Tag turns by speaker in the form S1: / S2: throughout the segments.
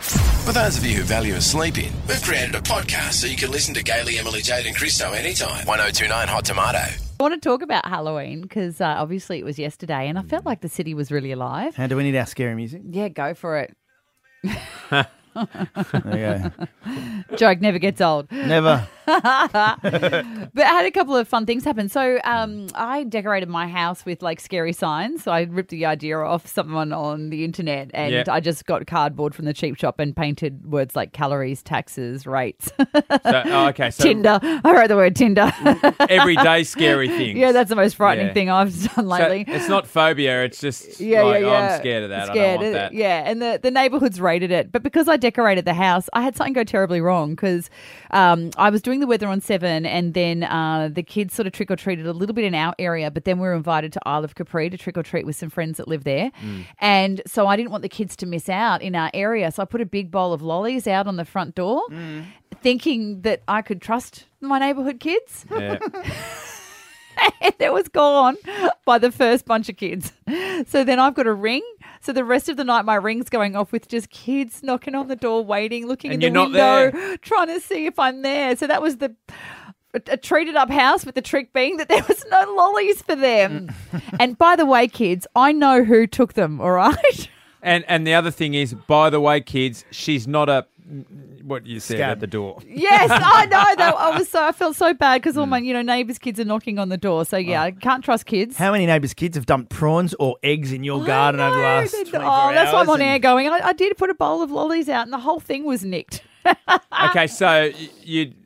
S1: For those of you who value a sleep in, we've created a podcast so you can listen to Gaily, Emily, Jade, and Christo anytime. 1029 Hot Tomato.
S2: I want to talk about Halloween because uh, obviously it was yesterday, and I felt like the city was really alive.
S3: And do we need our scary music?
S2: Yeah, go for it.
S3: There you
S2: Joke never gets old.
S3: go. Never.
S2: But I had a couple of fun things happen. So um, I decorated my house with like scary signs. So I ripped the idea off someone on the internet, and
S4: Yeah.
S2: I just got cardboard from the cheap shop and painted words like calories, taxes, rates,
S4: So, oh, okay, so
S2: Tinder. I wrote the word Tinder.
S4: everyday scary things.
S2: yeah, that's the most frightening
S4: Mm. Yeah.
S2: thing I've done
S4: So
S2: lately.
S4: it's not phobia. It's just
S2: Yeah,
S4: like oh,
S2: yeah, yeah.
S4: I'm scared of that. I
S2: Scared,
S4: don't want
S2: uh,
S4: that.
S2: Yeah, and the, the neighborhoods rated it. But because I decorated the house, I had something go terribly wrong because um, I was doing the weather on seven, and then uh, the kids sort of trick or treated a little bit in our area, but then we were invited to Isle of Capri to trick or treat with some friends that live there.
S4: Mm.
S2: And so I didn't want the kids to miss out in our area. So I put a big bowl of lollies out on the front door,
S4: Mm.
S2: thinking that I could trust my neighborhood kids
S4: Yeah.
S2: and it was gone by the first bunch of kids. So then I've got a ring. So the rest of the night, my ring's going off with just kids knocking on the door, waiting, looking
S4: And
S2: in the
S4: you're not
S2: window, trying to see if I'm there. So that was the a, a treated up house with the trick being that there was no lollies for them. and by the way, kids, I know who took them. All right.
S4: And and the other thing is, by the way, kids, she's not a what you said
S3: Scab.
S4: at the door.
S2: Yes, I know. Though I was so I felt so bad because
S4: Hmm.
S2: all my you know neighbours' kids are knocking on the door. So
S4: Oh.
S2: yeah, I can't trust kids.
S3: How many neighbours' kids have dumped prawns or eggs in your
S2: I
S3: garden over the
S2: know,
S3: last
S2: they-
S3: 24
S2: Oh, that's why I'm
S3: hours
S2: on
S3: and-
S2: air going. I, I did put a bowl of lollies out, and the whole thing was nicked. Ah.
S4: Okay, so y- you'd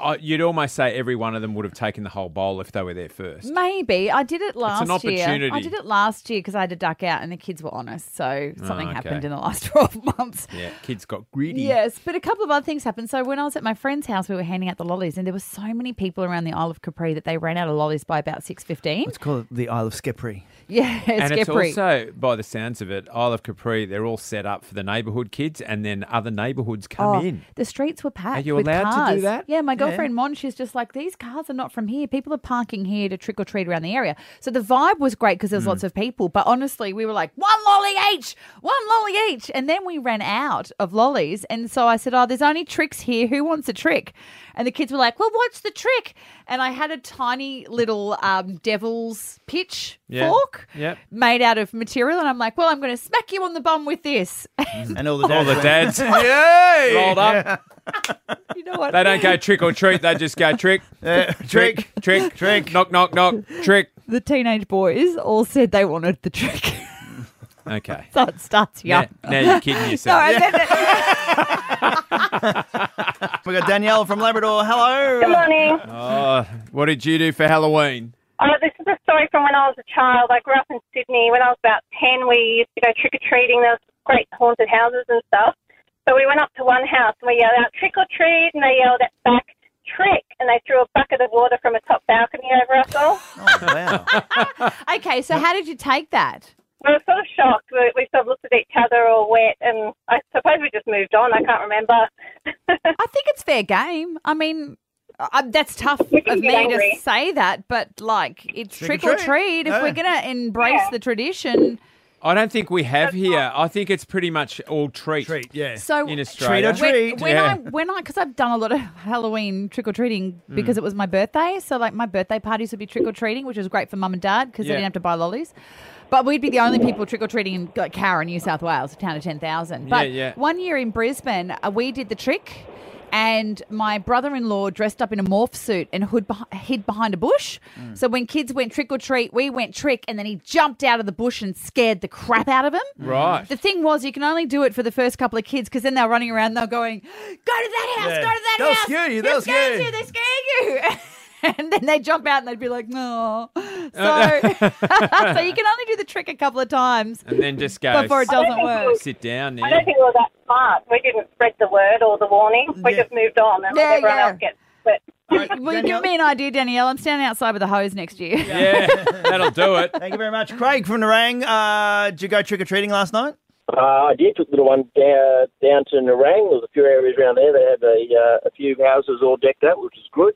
S4: I- you'd almost say every one of them would have taken the whole bowl if they were there
S2: Mm.
S4: first.
S2: Maybe I did it last
S4: an
S2: year. I
S4: opportunity.
S2: did it last year because I had to duck out, and the kids were honest. So something
S4: okay.
S2: happened in the last twelve months.
S4: Yeah, kids got greedy.
S2: Yes, but a couple of other things happened. So when I was at my friend's house, we were handing out the lollies, and there were so many people around the Isle of Capri that they ran out of lollies by about six fifteen.
S3: It's called the Isle of Skippery.
S2: Yeah, it's
S4: and it's
S2: Capri.
S4: also, by the sounds of it, Isle of Capri, they're all set up for the neighbourhood kids, and then other neighbourhoods come
S2: Oh,
S4: in.
S2: The streets were packed.
S4: you
S2: with
S4: allowed to do
S2: cars.
S4: that?
S2: Yeah, my girlfriend Mon, she's just like, these cars are not from here. People are parking here to trick or treat around the area. So the vibe was great because there
S4: Mm.
S2: was lots of people. But honestly, we were like, one lolly each, one lolly each. And then we ran out of lollies. And so I said, oh, there's only tricks here. Who wants a trick? And the kids were like, well, what's the trick? And I had a tiny little um, devil's pitch
S4: Yeah.
S2: fork
S4: Yep.
S2: made out of material. And I'm like, well, I'm going to smack you on the bum with this.
S3: And all the
S2: Oh,
S3: dads.
S4: The dads
S3: Yay!
S4: rolled up.
S2: you know what?
S4: They don't go trick or treat. They just go trick,
S3: Trick.
S4: trick, trick, knock, knock, knock, trick.
S2: the teenage boys all said they wanted the trick.
S4: Okay.
S2: so it starts young.
S4: Now, now you're kidding
S2: No,
S4: yourself.
S2: and then,
S3: We got Danielle from Labrador. Hello.
S5: Good morning.
S2: Uh,
S4: Oh, what did you do for Halloween?
S5: Uh, this is a story from when I was a child. I grew up in Sydney. When I was about 10, we used to go trick or treating. There was great haunted houses and stuff. So we went up to one house and we yelled out trick or treat, and they yelled at back trick, and they threw a bucket of water from a top balcony over us all.
S3: Oh, wow.
S2: okay, so how did you take that?
S5: We were sort of shocked. We, we sort of looked at each other all wet, and I suppose we just moved on. I can't remember.
S2: I think it's fair game. I mean, I, I- that's tough of
S5: We can
S2: me
S5: get angry.
S2: to say that, but like, it's
S3: Trick or
S2: trick or
S3: treat. Oh.
S2: treat. If
S3: Yeah.
S2: we're going to embrace
S5: Yeah.
S2: the tradition,
S4: I don't think we have here. I think it's pretty much all treat.
S3: Treat, yeah.
S2: so.
S4: In
S3: Treat or
S4: Australia.
S3: treat.
S2: when, when
S4: yeah.
S2: I when I because I've done a lot of Halloween trick or treating
S4: Mm.
S2: because it was my birthday, so like my birthday parties would be trick or treating, which was great for mum and dad because they
S4: Yeah.
S2: didn't have to buy lollies. But we'd be the only people trick or treating in like, Cowra, New South Wales, a town of ten thousand. But
S4: yeah.
S2: one year in Brisbane, uh, we did the trick. And my brother-in-law dressed up in a morph suit and hood beh- hid behind a bush.
S4: Mm.
S2: So when kids went trick or treat, we went trick, and then he jumped out of the bush and scared the crap out of him.
S4: Right.
S2: The thing was, you can only do it for the first couple of kids because then they're running around, they're going, "Go to that house,
S3: Yeah.
S2: go to that
S3: They'll
S2: house."
S3: scare you,
S2: They're
S3: they'll
S2: scared
S3: scare you.
S2: you. They scare you. and then they jump out and they'd be like, "No."
S4: Uh,
S2: So, so you can only do the trick a couple of times
S4: And then just go.
S2: before it
S4: "S-
S2: doesn't work.
S4: Sit down
S5: I don't
S4: now.
S5: think we were that smart. We didn't spread the word or the warning. We
S3: Yeah.
S5: just moved on, and
S2: Yeah,
S5: let everyone
S2: yeah.
S5: else gets. But
S2: Well, you give me an idea, Danielle. I'm standing outside with a hose next to you.
S4: Yeah, that'll do it.
S3: Thank you very much. Craig from Narang. Uh, did you go trick or treating last night?
S6: Uh, I did. Took the little one down, down to Narang. There was a few areas around there that had a, uh, a few houses all decked up, which is good.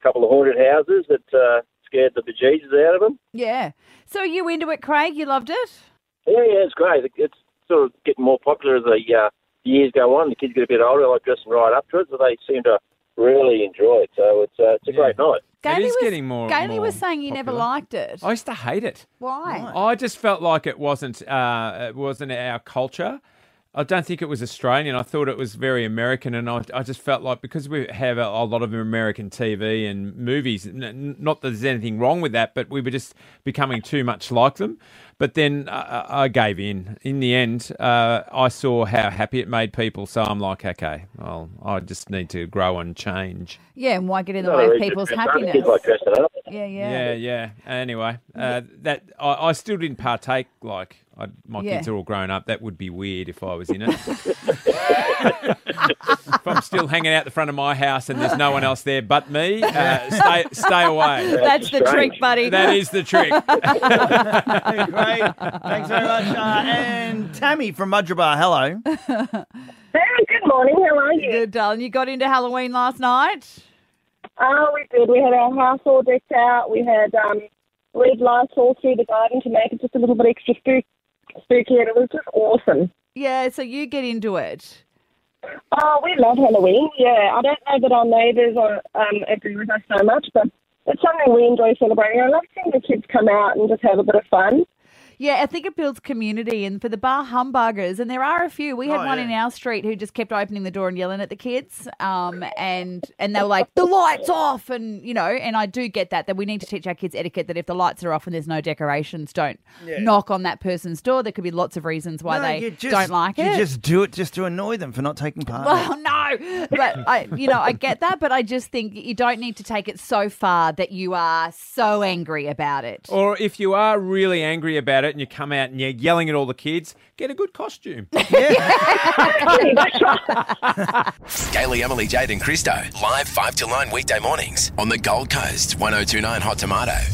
S6: A couple of haunted houses that uh, scared the bejesus out of them.
S2: Yeah. So are you into it, Craig? You loved it?
S6: Yeah, yeah, it's great. It, it's sort of getting more popular as a uh, the years go on, the kids get a bit older, I dress them right up to it, so they seem to really enjoy it. So it's uh, it's a great night.
S2: Gailey
S4: is
S2: was,
S4: getting more-
S2: Gailey
S4: more
S2: was saying you never
S4: popular.
S2: liked it.
S4: I used to hate it.
S2: Why?
S4: Um, I just felt like it wasn't uh, it wasn't our culture. I don't think it was Australian. I thought it was very American, and I, I just felt like because we have a, a lot of American TV and movies, n- n- not that there's anything wrong with that, but we were just becoming too much like them. But then I, I I gave in. In the end, uh, I saw how happy it made people, so I'm like, okay, well, I just need to grow and change.
S2: Yeah, and why get in the
S6: No,
S2: way of
S6: it's
S2: people's
S6: just- some Kids
S2: happiness?
S6: like dressing up.
S2: Yeah,
S4: Yeah,
S2: yeah.
S4: yeah. Anyway, uh, that I, I still didn't partake. Like I, my
S2: Yeah.
S4: kids are all grown up. That would be weird if I was in it. if I'm still hanging out the front of my house and there's no one else there but me, uh, stay stay away.
S2: That's the
S6: Strange.
S2: trick, buddy.
S4: That is the trick.
S3: Great. Thanks very much. Uh, and Tammy from Mudrabar, hello.
S5: Hey, good morning. How are you?
S2: Good, darling. You got into Halloween last night?
S5: Oh, we did. We had our house all decked out. We had um, red lights all through the garden to make it just a little bit extra spook- spooky, and it was just awesome.
S2: Yeah, so you get into it.
S5: Oh, we love Halloween. Yeah, I don't know that our neighbours are, um, agree with us so much, but it's something we enjoy celebrating. I love seeing the kids come out and just have a bit of fun.
S2: Yeah, I think it builds community. And for the bar humbuggers, and there are a few. We had
S3: Oh,
S2: one
S3: yeah.
S2: in our street who just kept opening the door and yelling at the kids. Um, and and they were like, the lights off, and you know. And I do get that that we need to teach our kids etiquette that if the lights are off and there's no decorations, don't knock on that person's door. There could be lots of reasons why
S3: No,
S2: they
S3: you just-
S2: don't like
S3: You
S2: it.
S3: just do it just to annoy them for not taking part. in it.
S2: Well, no, but I, you know, I get that, but I just think you don't need to take it so far that you are so angry about it.
S4: Or if you are really angry about it and you come out and you're yelling at all the kids, get a good costume.
S1: Gaily, Emily, Jade, and Christo. Live 5 till 9 weekday mornings on the Gold Coast, 1029 Hot Tomato.